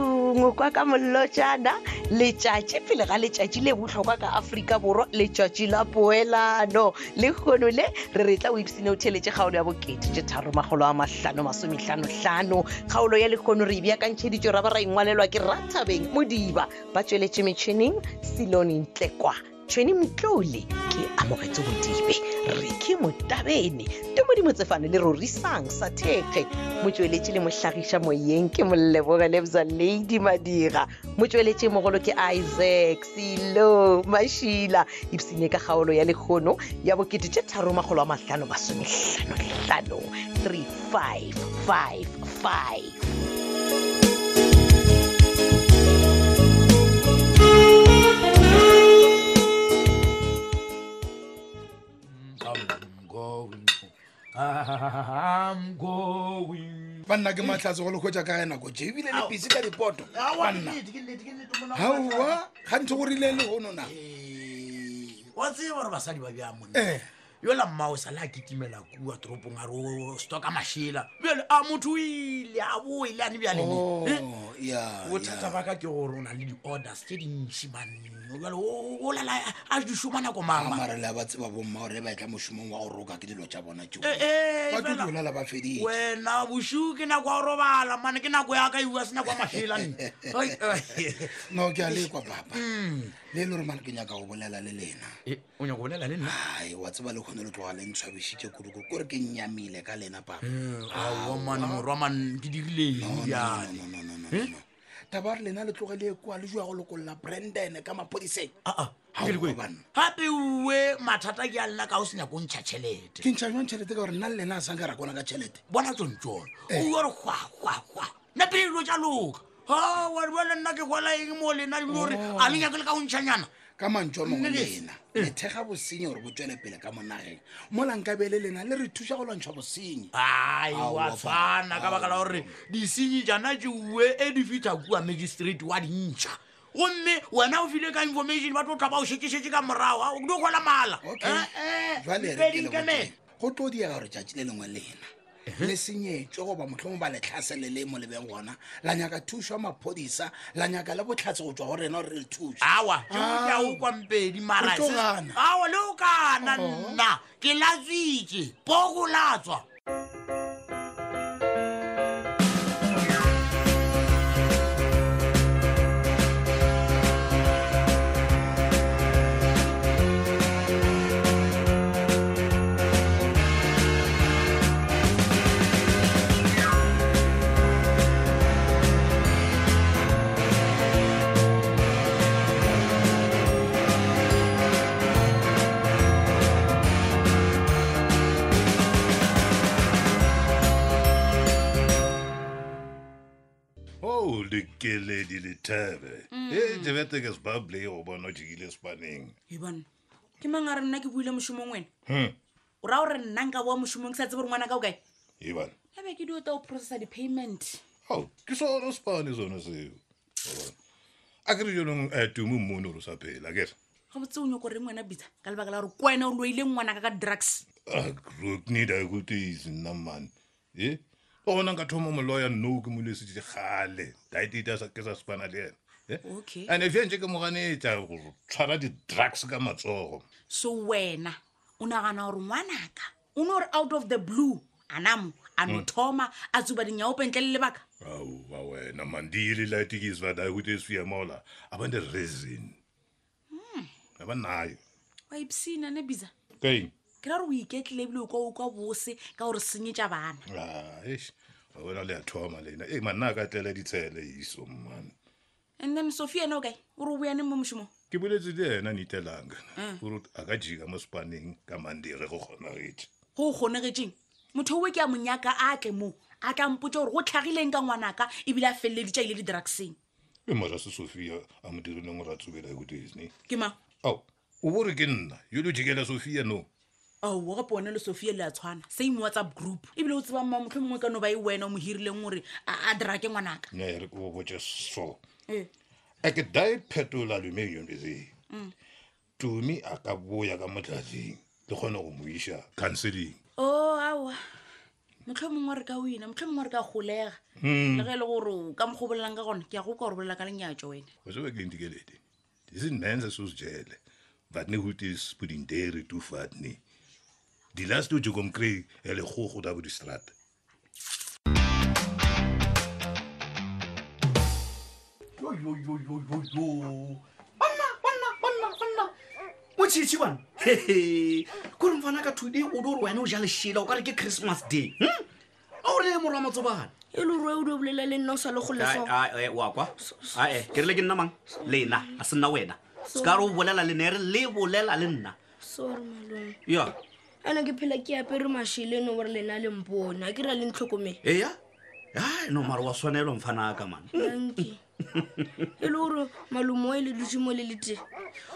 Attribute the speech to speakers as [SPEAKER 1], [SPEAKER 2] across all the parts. [SPEAKER 1] botlhokwa ka mollotjana letšatši pele ga letšatši le botlhokwa ka aforika borwa letšatši la poelano le kgono le re re tla o ipsene o theletše kgaolo ya bokete tše tharo magolo a mahlano masomehlanohlano kgaolo ya lekgono re e ebjakantšheditšo ra ba ra engwalelwa ke rathabeng modiba ba tsweletše metšhineng selone ntlekwa tšhweni mtlole ke amogetse bodibe re ke motabene te modimotsefane le rorisang sa thekge motsweletše le mohlagiša moyeng ke mollebogelebza lady madira motsweletše mogolo ke isaac selo mašila ipsene ka kgaolo ya lekgono ya bokete tše tharo magolo a mahlano basomehlanohlano 3555
[SPEAKER 2] I'm going home. I'm going.
[SPEAKER 3] banna ke matlhatse go lekgwetsa ka nako je ebile le bisi ka dipoto banna gaowa ga ntse go rile le gono na
[SPEAKER 2] Eh, wa tseba gore basadi ba bjang monna
[SPEAKER 3] Eh.
[SPEAKER 2] yola mmao sa le a ketimela kua toropong a re o stoka mašela bjale a motho o ile a boele ane
[SPEAKER 3] Oh,
[SPEAKER 2] bjalene
[SPEAKER 3] ya,
[SPEAKER 2] Eh. bothata
[SPEAKER 3] ya.
[SPEAKER 2] baka ke gore o na le di-orders tse dintšhi manno jale o lala a- a disoma nako
[SPEAKER 3] Ah, mara
[SPEAKER 2] mama
[SPEAKER 3] le a ba tseba bomma gore ba tla mošomong wa go roka ke dilo tša bona teo
[SPEAKER 2] Eh, eh,
[SPEAKER 3] ba
[SPEAKER 2] fela-
[SPEAKER 3] tlotlolala ba feditse
[SPEAKER 2] wena bosu ke nako ya go robala mane ke nako ya ka iwa se nako ya mašela nne Ai, ai.
[SPEAKER 3] no ke a lekwa papa
[SPEAKER 2] Mm.
[SPEAKER 3] le le gore mane ke nyaka go bolela le lena
[SPEAKER 2] Eh, o nyako bolela le nna
[SPEAKER 3] ai wa tseba le kgone le tloga le ntshwabišitše kudukudu kore ke nyamile ka lena papa
[SPEAKER 2] Mm. Eh, aoman morwa man ke dirileng bjale Eh?
[SPEAKER 3] taba re lena le tlogele kwa le jua go lokolola branden ka mapodiseng
[SPEAKER 2] Aa,
[SPEAKER 3] Ha
[SPEAKER 2] ke
[SPEAKER 3] o
[SPEAKER 2] le kweng?
[SPEAKER 3] robala.
[SPEAKER 2] gape oe mathata ke a lela ka o se nyako ntšha tšhelete
[SPEAKER 3] ke ntšha jwang tšhelete ka gore nna le lena a sanka ra kona ka tšhelete
[SPEAKER 2] bona tsone tsone ore gwagwagwa nna pele dilo tša loka a ware bale nna ke gola eng mo lena ebile gore a le nyake le ka o ntšhanyana
[SPEAKER 3] ka mantso a mangwe
[SPEAKER 2] Nnete?
[SPEAKER 3] lena le thekga bosenyi gore bo tswele pele ka monageng mola nkabe le lena le re thusa go lwantšha bosenyi
[SPEAKER 2] ai
[SPEAKER 3] Ao,
[SPEAKER 2] wa
[SPEAKER 3] wa
[SPEAKER 2] tshwana ka
[SPEAKER 3] ba-
[SPEAKER 2] baka la gore disenyi jana tseue e di fitlha kua magistrate wa dintšha gomme wena o file ka information ba tlo tla ba o šetšešetše ka morago a o dio gola mala Eh,
[SPEAKER 3] Okay. Jwale re ke le botse, go tlo diega gore tšatši le lengwe lena le senyetswe goba motlhomo ba letlhasele le mo lebeng gona la nyaka thuso ya maphodisa la nyaka le botlhatse go tswa go rena gore re le thusa
[SPEAKER 2] awa ke o kwa mpedi mara
[SPEAKER 3] Ah. O tlo gana.
[SPEAKER 2] awa le o kana nna ke latswitse poko latswa
[SPEAKER 4] o lekeledi lethebe e jebete ke sebable e go bona o jekile sepaneng
[SPEAKER 5] ebana ke mang a re nna ke buile mošomong wena
[SPEAKER 4] Hmm,
[SPEAKER 5] o ra gore nna nka boa mošomong ke sa tse gore ngwana ka o kae
[SPEAKER 4] ebane
[SPEAKER 5] abe ke dio tsa go processa di-payment
[SPEAKER 4] ao ke sona sepane sone seo wa bona. a ke re jonong um tumo mmone gore o sa phela kere
[SPEAKER 5] ga botse o nyako reng wena bitsa ka lebaka la gore ko wena o loile ngwana ka ka drugs
[SPEAKER 4] "Ah, roknida kutisi nna mane e wa gona nka thoma moloya no ke molesitse kgale daiteta ke sa sepana le ena e?
[SPEAKER 5] okay
[SPEAKER 4] ande fentse ke moganetsa go tshwara di-drugs ka matsogo
[SPEAKER 5] so wena o nagana gore ngwanaka o ne gore out of the blue anamo a
[SPEAKER 2] Mm.
[SPEAKER 5] no thoma a tsuba dinyaopentle le lebaka
[SPEAKER 4] awu eh, wawena mandiyile ilayitikisi badaye ukuthi esifiyamola abanereason abanayo
[SPEAKER 5] wa ipsina ne bisa
[SPEAKER 4] keng
[SPEAKER 5] ke ra gore o iketlile ebile o kwa o kwa bose ka gore senyetša bana
[SPEAKER 4] Ah, eish wawena liyathoma lena eyi manakatlela dithele yiso mane
[SPEAKER 5] and then sophia ene o kae o re o boyaneng mo mošomong
[SPEAKER 4] ke boletse le ena nitelanga gore a ka jika mo sepaneng ka mandire go kgonagetse
[SPEAKER 5] go o kgonegetseng motho owe ke a monyaka a tle moo a tla mpotse gore go tlhagileng ka ngwanaka ebile a feleleditša ile di-drugseng
[SPEAKER 4] e mara se sophia a mo dirileng gore a tsubela ko disney
[SPEAKER 5] ke mang
[SPEAKER 4] ao o bore ke nna yo le jikela sophia no
[SPEAKER 5] aowa gape one le sophia le a tshwana same whatsapp group ebile o tsebang ma motlho mongwe ka no ba e wena o mo hirileng gore a a drake ngwanaka
[SPEAKER 4] nyaa re ke go botse so
[SPEAKER 5] ee
[SPEAKER 4] a ke dae phetola lumenion beseng tumi a ka boya ka motlatsing le kgone go moiša counseling
[SPEAKER 5] o aowa motlho mongwe Oh, re ka wina motlho mongwe re ka golega
[SPEAKER 6] Hmm.
[SPEAKER 5] le ge e le gore o ka mokgo bolelang ka gona ke ya go ka gore bolela ka lenyatso wena
[SPEAKER 4] usebe ke indikeledi isinenze susijele vatni kuti spudinderi tu fatni dilast ujukomkrey elegorgo dabudistrata
[SPEAKER 2] yo yo yo yo yo yo banna banna banna banna motšhitšhi bana hehe kore mfana ka today o do gore wena o ja lešela o kare ke christmas day hm? a ore morwa matsobana
[SPEAKER 6] e le rue o di bolela le nna o sa le go leso
[SPEAKER 2] oakwa ae eh, ke rile ke nna mang lena a se nna wena se ka re o bolela le ne re le bolela le nna
[SPEAKER 6] sorry malome
[SPEAKER 2] ya
[SPEAKER 6] ana ke phela ke apere mašhele no gore lena le mpona ha ke ra le ntlhokomele
[SPEAKER 2] eya ae no mare wa tshwanelo mfanaka mana
[SPEAKER 6] danke e le gore malome o e le dutse mo le le teng
[SPEAKER 2] o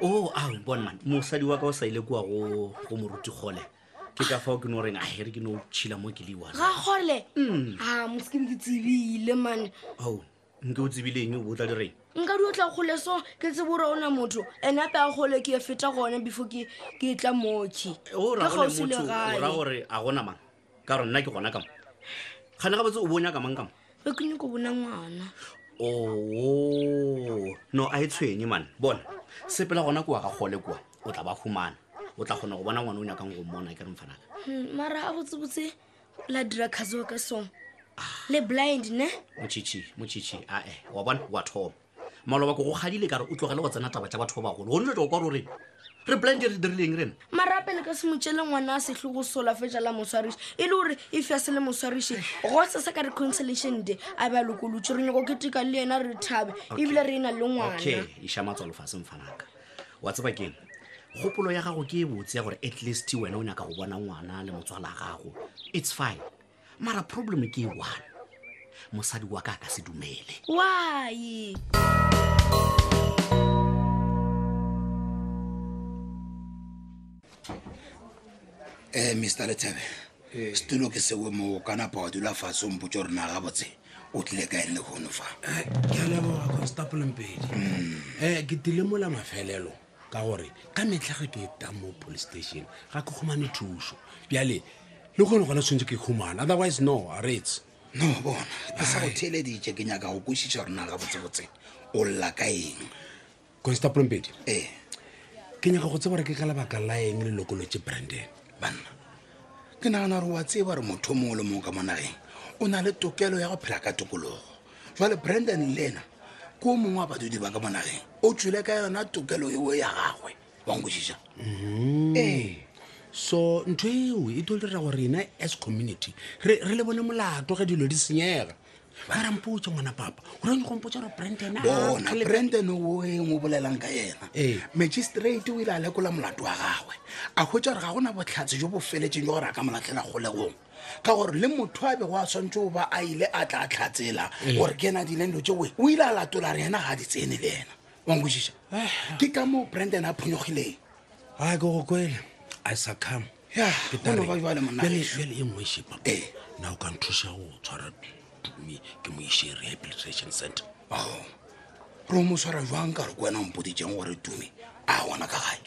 [SPEAKER 2] Oh, a bonman mosadi wa ka o sa ile kua go go moruti kgole ke ka fao ke no reng ahere ke no tšhila mo ke le one
[SPEAKER 6] ga gole a mosekebe ke tsebile mane
[SPEAKER 2] ao nke o tsebileng o botla direng
[SPEAKER 6] nka dio tla kgole so ke tsebo ore ona motho ande ape a kgole ke e feta gone before ke ke tla moki
[SPEAKER 2] o
[SPEAKER 6] ka gausi le
[SPEAKER 2] ra
[SPEAKER 6] gae
[SPEAKER 2] gore a gona mang ka gore nna ke gona kamo gane ga botse o bonya ka mang kamo
[SPEAKER 6] e ke nyako bona ngwana
[SPEAKER 2] oo no a e tshwenye mane bona sepela gona kua ga kgole kua o tla ba humana o tla kgona go bona ngwana o nyakang go mmona ke re mfanaka
[SPEAKER 6] Hmm, mara a botsebotse la dira khaso ka song le blind ne
[SPEAKER 2] motšhitšhi motšhitšhi ae wa bona wa thoma maloba ko go gadile kare o tlogele go tsena taba tsa batho ba bagolo gonne tlo kwa gore reng re blind re dirileng rena
[SPEAKER 6] mara ape le ka semotšele ngwana a setlhogo sola fetsa la moswariši e le gore e fia se le moswariši go se sa ka reconciliation day a be a lokolotse re nyako keteka le ena re thabe ebile re e na le
[SPEAKER 2] okay
[SPEAKER 6] ngwana
[SPEAKER 2] iša matswalofaseng fanaka wa tseba keng kgopolo ya gago ke e botse ya gore at least wena o nyaka go bona ngwana le motswala gago it's fine mara problem ke e one mosadi wa ka a ka se dumele
[SPEAKER 6] why
[SPEAKER 3] um mr lethebe setulo ke sewe moo ka napa wa dula fatshe o mpotse gore na gabotse o tlile ka eng le gono fa
[SPEAKER 7] ke a leboga constaplempedi um ke tile mola mafelelo ka gore ka metlha ge ke etang mo police station ga ke humane thuso bjale le kgone gona tshwanetse ke humane otherwise no a retse
[SPEAKER 3] no bona ke sa go theeleditše ke nyaka go kwešiša gore na gabotsebotse o lla ka eng E,
[SPEAKER 7] constaplempedi
[SPEAKER 3] ee
[SPEAKER 7] ke nyaka go tse gore ke ka lebaka laeng lelokolo tse branden
[SPEAKER 3] banna ke nagana gore wa tseba gore motho mongwe le mongwe ka mo nageng o na le tokelo ya go phela ka tokologo jale brandon le ena ke o mongwe wa badudi ba ka mo nageng o tswile ka yona tokelo eo ya gagwe wankwešiša ee
[SPEAKER 7] so ntho eo e tlo dira gore ena as community re re le bone molato ge dilo di senyega mara mpotse ngwana papa gore nye go mpotse gore branden a-
[SPEAKER 3] bona
[SPEAKER 7] a- a-
[SPEAKER 3] brandon o eng o bolelang ka yena
[SPEAKER 7] Ee.
[SPEAKER 3] magistrate o ile a lekola molato wa gagwe a hwetsa gore ga gona botlhatse jo bo feletseng jo gore a ka molatlhela kgolegong ka gore le motho a bego a tshwanetse o ba a ile a tla a tlhatsela gore ke ena a dileng dilo tseoe o ile a latola re yena ga a di tsene le ena wankwešiša ke ka moo brandon a phonyogileng
[SPEAKER 7] a ke go kwele i succum
[SPEAKER 3] Ya, go no ba jwale monna heso.
[SPEAKER 7] e nngwe shepa
[SPEAKER 3] Ee.
[SPEAKER 7] na o ka nthusa go tshwara tumi ke mo ishe rehabilitation center
[SPEAKER 3] ao re o mo tshwara jwang ka re ko wena mpoditseng gore tume a gona ka gae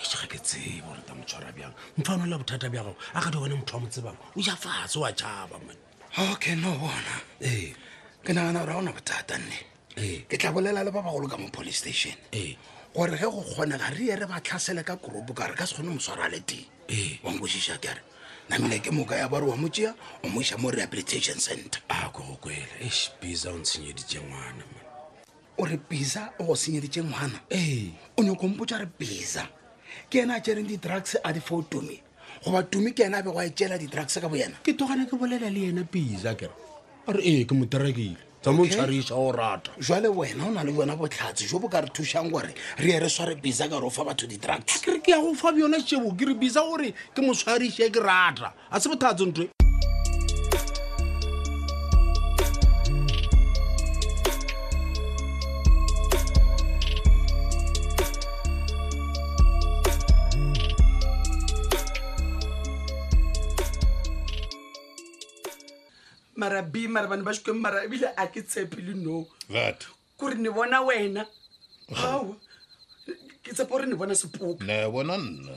[SPEAKER 7] ese ga ke tsebe gore ta mo tshwara bjang mfano la bothata bja gago a ka di one motho wa mo tsebang o ja fatshe wa tšhaba man
[SPEAKER 3] okay no bona
[SPEAKER 7] ee
[SPEAKER 3] ke nagana gore ga ona bothata nne
[SPEAKER 7] Ee.
[SPEAKER 3] ke tla bolela le ba bagolo ka mo police station
[SPEAKER 7] ee
[SPEAKER 3] gore ge go kgonega re ye re ba tlhasele ka koropo ka re ka se kgone mo tshwara le teng
[SPEAKER 7] Ee.
[SPEAKER 3] wankošiša kere namile ke moka ya bare wa motsea o mo iša mo rehabilitation center
[SPEAKER 7] a ke go kwele eš bisa o ntshenyeditše ngwana man
[SPEAKER 3] o re bisa o go senyeditše ngwana
[SPEAKER 7] ee
[SPEAKER 3] o nyako mpotsa re bisa ke ena a tsereng di-drugs a di foo tumi goba tumi ke ena a bego a e tsela di-drugs ka boyena
[SPEAKER 7] ke togana ke bolela le yena bisa kere a re ee ke mo terekile tsa mo ntshwariša o rata
[SPEAKER 3] Eh? jwale wena o na le bona botlhatsi jo bo ka re thušang gore re ye re sware bisa ka re o fa batho di-drugs
[SPEAKER 7] kere ke ya go fa bjona šebo ke re bisa gore ke moswariše ke rata a se bothatso ntho e.
[SPEAKER 2] mara b mara bane ba sekeng mara ebile a ke tshepe le no
[SPEAKER 4] batho
[SPEAKER 2] kore ne bona wena ao ke tshepa gore ne bona sepoka
[SPEAKER 4] ne bona nna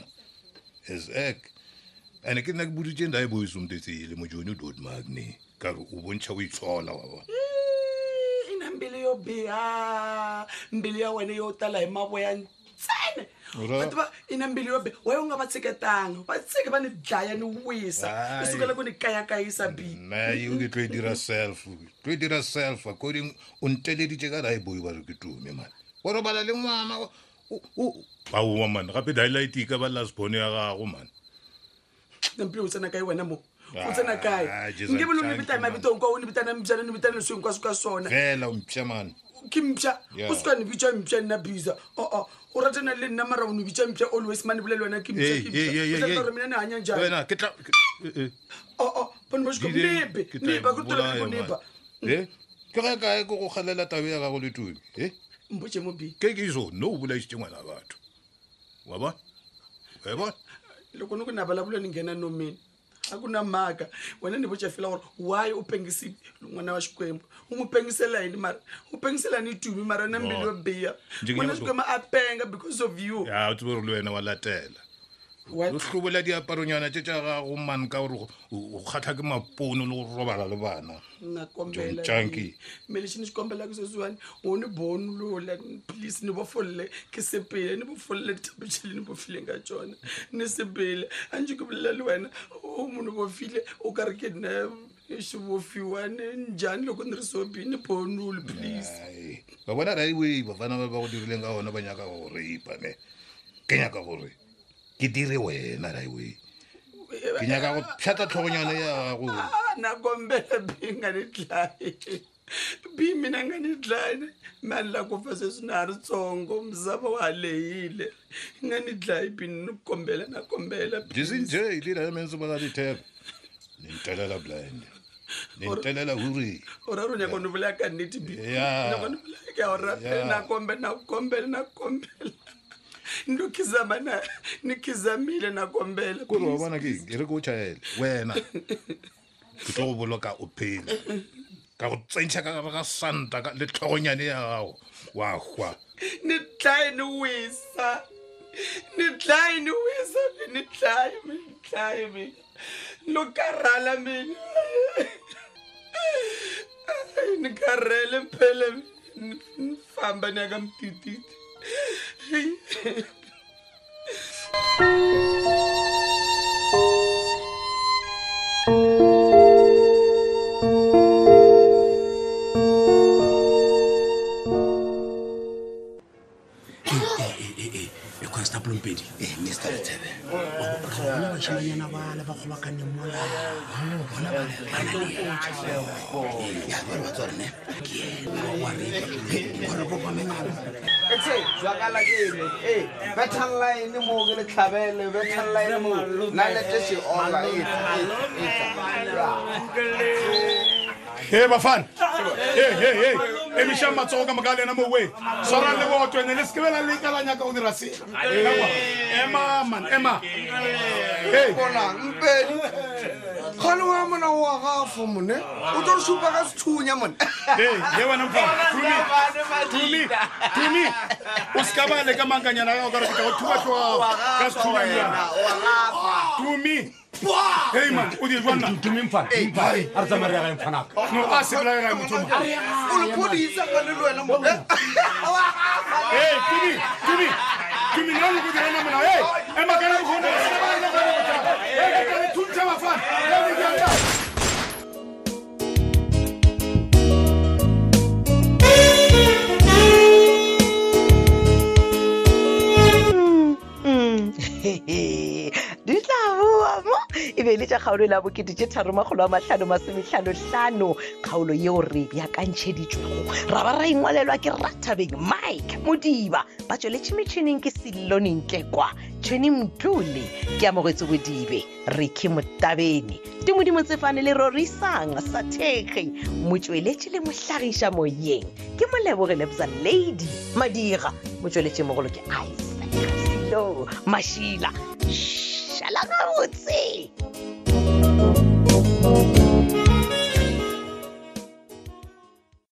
[SPEAKER 4] as ek ande ke nna ke boditse nda e boesomtetsele mojone dod magne ka re o bontšha o itshola wa bona
[SPEAKER 8] ina mbili yo biha mbili ya wena yo tala hi mavoya ntsene
[SPEAKER 4] Ura.
[SPEAKER 8] Vanhu va- ina mbili yo biha wena u nga va tshiketanga va tshike va ni dlaya ni wisa
[SPEAKER 4] Hayi.
[SPEAKER 8] ni sukela ku ni kayakayisa bi
[SPEAKER 4] nna eo ke tlo e dira self tlo e dira self according o nteleditse ka rae boi ba re ke tume mane wa robala le ngwana o- o- o- aowa mane gape dielight e ka ba lasbone ya gago mane
[SPEAKER 8] nampi u tsena kayi wena mo u tsena
[SPEAKER 4] Ah,
[SPEAKER 8] kayi
[SPEAKER 4] Jesus,
[SPEAKER 8] nge vile u ni
[SPEAKER 4] thank
[SPEAKER 8] vita hi
[SPEAKER 4] you, man.
[SPEAKER 8] mavito hinkwawo u ni vitana mbyana ni vitana leswi hinkwaswo ka swona
[SPEAKER 4] fela ompša mane
[SPEAKER 8] ke mpša
[SPEAKER 4] Yeah.
[SPEAKER 8] o suka ni Oh, bitša mpša nna bisa oo o ratana le nna mara o ni bitša mpša always mane bolele wena ke
[SPEAKER 4] Hey, hey, hey, hey, hey.
[SPEAKER 8] mpšaore mina ni hanya njani
[SPEAKER 4] wena ke tla ke- eh, eh.
[SPEAKER 8] oo bane ba xiko
[SPEAKER 4] Dile,
[SPEAKER 8] nebe
[SPEAKER 4] ke tla e
[SPEAKER 8] neba ku toleke
[SPEAKER 4] bolaya,
[SPEAKER 8] ku
[SPEAKER 4] man.
[SPEAKER 8] neba
[SPEAKER 4] Eh, ke ge kae ke go kgalela tabe ya gago le tume e
[SPEAKER 8] mbotse mo bi
[SPEAKER 4] ke ke iso no o bolaisitse ngwana batho wa bona wa e bona
[SPEAKER 8] loko ni ku navulavula ni nghena nomini a ku na mhaka wena ni voce fela gore why u pengisile n'wana wa xikwembu u n'wi pengisela yini mara u pengisela ni tumi mara na mbilu yo biha
[SPEAKER 4] Njike
[SPEAKER 8] n'wana
[SPEAKER 4] nyama-
[SPEAKER 8] xikwembu a penga because of you
[SPEAKER 4] ya o tsebe gore le wena wa latela
[SPEAKER 8] What?
[SPEAKER 4] o tlhobola diaparonyana tse tsa gago mane ka gore o- o kgatlha ke mapono le go robala le bana
[SPEAKER 8] na
[SPEAKER 4] John Junkie.
[SPEAKER 8] melexi ni xi kombelaka sweswiwani wo ni bonulula please ni vofolole ke sepile ni vofolole thabiceli ni vofile ka jona ni sepile a ni ku vulela le wena u munhu vofile u karhi ke na xivofiwa ni njhani loko ni ri sobi ni bonule please
[SPEAKER 4] Ai, ba bona raiway bafana ba ba go dirileng ka gona ba nyaka go reipa me ke nyaka gore ke dire wena raiway ke nyaka go phata tlhogonyana ya gago
[SPEAKER 8] Ah, na kombela bi nga ni dlayi bi mina nga ni dlayi mani la ku fa sweswi na ha ritsongo misava wa ha lehile nga ni dlayi bi ni kombela na kombela
[SPEAKER 4] jesen j le diamens bona ditheko le ntelela blind le ntelela hore
[SPEAKER 8] ora ro nyaka ni vulaka nnete bi
[SPEAKER 4] Yeah.
[SPEAKER 8] loko ni vulaka ora
[SPEAKER 4] Eh. Yeah.
[SPEAKER 8] na kombela na kombela na kombela ni lo khizama na ni khizamile na kombela
[SPEAKER 4] kore wa
[SPEAKER 8] please.
[SPEAKER 4] bona ke eng? e re ke o chaele wena ke tlo go boloka o phela ka go tsentšha ka gare ga santa ka- le tlhogonyane ya gago wa hwa
[SPEAKER 8] ni dlayi ni wisa ni dlayi ni wisa mi ni dlayi mi ni dlayi mi no karhala mina Ai, ni karhele phele ni ni famba ni ya ka mitititi
[SPEAKER 9] e constablempedi
[SPEAKER 3] mr retebe
[SPEAKER 9] bona bašimanyana bale ba kgobakane
[SPEAKER 3] ya bana ba tsone
[SPEAKER 10] bethanline mo ke letlhabele bethanline mo na lete se ola
[SPEAKER 11] he bafana e meša matsogo ka moka lena mowe tshwarang le bootwene le sekebela le kalanyaka go dira sela ema man ema Hey,
[SPEAKER 10] bona mpedi kgale wa mona wa gafo mone o tlo re supa ka sethunya mone
[SPEAKER 11] hey, ye wena mfana, Tumi, Tumi, Tumi, o seka ba leka mankanyana ya gago ka re ke tla go thubatlogago ka sethunyanyana tumi hei man o dijanna no a sebelaela motho
[SPEAKER 10] o lepodisa kgale le wena mone Wa gafa.
[SPEAKER 11] Hey, Tumi, Tumi, Tumi, no lo que no me Hey, es más que no me Hey, que le tuncha más fan. Hey, que le
[SPEAKER 1] di tla boa mo e be le tša kgaolo e la bokete tše tharomagolo a mahlano masomehlanohlano kgaolo yeo re beakantšheditšwego ra ba ra ingwalelwa ke ratabeng mike modiba ba tsweletše metšhineng ke selonentlekwa tšhene mtule ke amogetse bodibe re ke motabene dimodimo tsefane le rorisang sa thekge motsweletše le mohlagiša moyeng ke moleboge lebza lady madira motsweletše mogolo ke ice selo mašila šhala gabotse